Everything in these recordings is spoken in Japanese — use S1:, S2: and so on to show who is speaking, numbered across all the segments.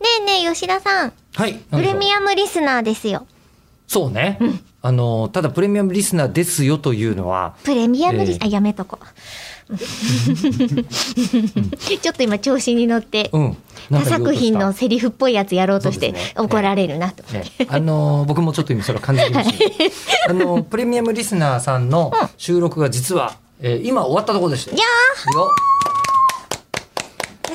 S1: で吉田さん、
S2: はい。
S1: プレミアムリスナーですよ。
S2: そうね。あの、ただプレミアムリスナーですよというのは、
S1: プレミアムリス、
S2: ええ
S1: あ、やめとこ。 ちょっと今調子に乗って、
S2: うん。なん
S1: 他
S2: か言お
S1: 作
S2: うとした
S1: 品のセリフっぽいやつやろうとし
S2: そう
S1: て
S2: ですね
S1: 怒られるなと。
S2: ね、あのー僕もちょっと今それを感じてました。あのープレミアムリスナーさんの収録が実は、えー今終わったところでしたよ。
S1: や
S2: よ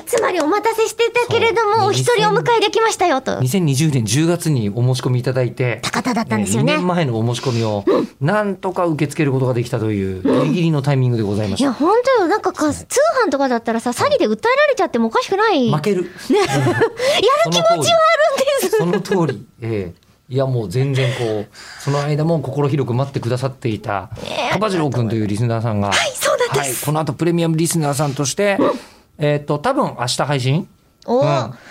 S1: つまりお待たせしてたけれど
S2: そう
S1: も、お一人お迎えできましたよと。
S2: 2020年10月にお申し込みいただいて、
S1: 高田だったんです
S2: 2
S1: よね。
S2: 年前のお申し込みをなんとか受け付けることができたというギリギリのタイミングでございま
S1: い
S2: し
S1: や、本当よ。なんかか、通販とかだったらさ、詐欺で訴えられちゃってもおかしくない。や
S2: た。
S1: る
S2: 負ける。
S1: 気持ちはあるんです。
S2: その通り。ええいやもう全然こうその間も心広く待ってくださっていたカバジロー君というリスナーさんが、はい
S1: そうなんです
S2: この後プレミアムリスナーさんとして、えっと多分明日配信
S1: お
S2: うん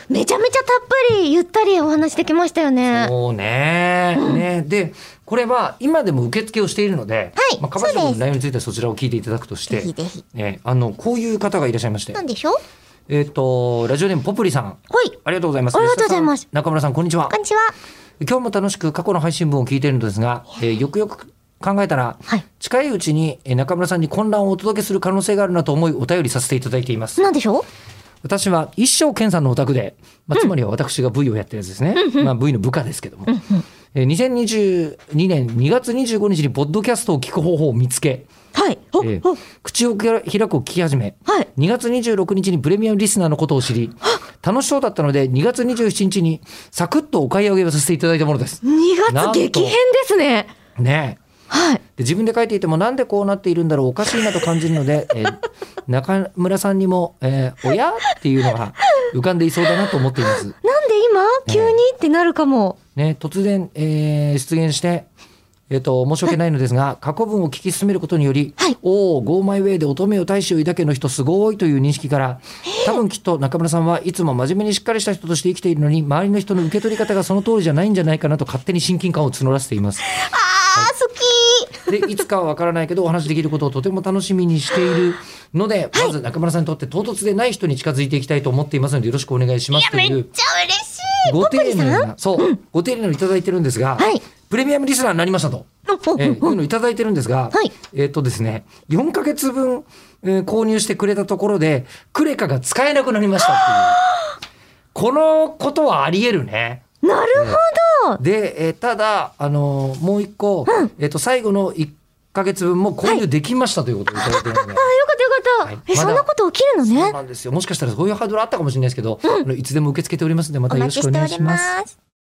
S1: めちゃめちゃたっぷりゆったりお話できましたよね。
S2: そうねねでこれは今でも受付をしているので、
S1: はい
S2: まあ、カバジロー
S1: そうで
S2: 君
S1: す
S2: の内容についてはそちらを聞いていただくとして
S1: ぜひぜひ。
S2: ね、あのこういう方がいらっしゃいまして
S1: なんでしょう
S2: えっ、とラジオネームポプリさん
S1: ほい。
S2: ありがとうございます
S1: ありがとうございます
S2: 吉田さん中村さんこんにちは
S1: こんにちは。
S2: 今日も楽しく過去の配信分を聞いているのですが、えーよくよく考えたら、
S1: はい
S2: 近いうちにえー中村さんに混乱をお届けする可能性があるなと思いお便りさせていただいています。
S1: なんでしょう
S2: 私は一生健さんのお宅で、まあ、つまりは私が V をやってるやつですね、まあ、V の部下ですけども、えー2022年2月25日にポッドキャストを聞く方法を見つけ、
S1: はい。
S2: えー口を開くを聞き始め、
S1: はい。
S2: 2月26日にプレミアムリスナーのことを知り楽しそうだったので2月27日にサクッとお買い上げをさせていただいたものです。
S1: 2
S2: なん
S1: 月激
S2: と
S1: 変ですね。
S2: ねえ
S1: はい。
S2: で自分で書いていてもなんでこうなっているんだろうおかしいなと感じるので、 えー中村さんにも「えーおや?」っていうのが浮かんでいそうだなと思っています。
S1: なんで今急にってなるかも。
S2: ね、突然、えー出現して、えー、と申し訳ないのですが過去文を聞き進めることにより「
S1: はい
S2: おおゴーマイウェイで乙女を大使を抱けの人すごい」という認識から多分きっと中村さんはいつも真面目にしっかりした人として生きているのに周りの人の受け取り方がその通りじゃないんじゃないかなと勝手に親近感を募らせています。
S1: ああ、好き。
S2: でいつかは分からないけどお話できることをとても楽しみにしているので、まず中村さんにとって唐突でない人に近づいていきたいと思っていますのでよろしくお願いしますと
S1: めっ
S2: い
S1: ちゃ
S2: う。
S1: 嬉しい。
S2: ご丁寧
S1: ポップリさん。
S2: な、そう、ご丁寧にいただいてるんですが、
S1: はい
S2: プレミアムリスナーになりましたと、えー、いうのいただいてるんですが、
S1: はい
S2: えーっとですね、4ヶ月分、えー購入してくれたところで、クレカが使えなくなりましたっていう。 このことはあり得るね。
S1: なるほ
S2: で、えーただ、あのーもう一個、えーっと、最後の1ヶ月分も購入できましたということをいただいてるので。
S1: ど。よかったよかった。
S2: はい
S1: え、
S2: まだ
S1: そんなこと起きるの
S2: そう
S1: ね。
S2: なんですよもしかしたらそういうハードルあったかもしれないですけど、あのいつでも受け付けておりますのでま
S1: お
S2: たよろ
S1: 待ち
S2: しくお
S1: してお
S2: 願いし
S1: り
S2: ま。
S1: ますす。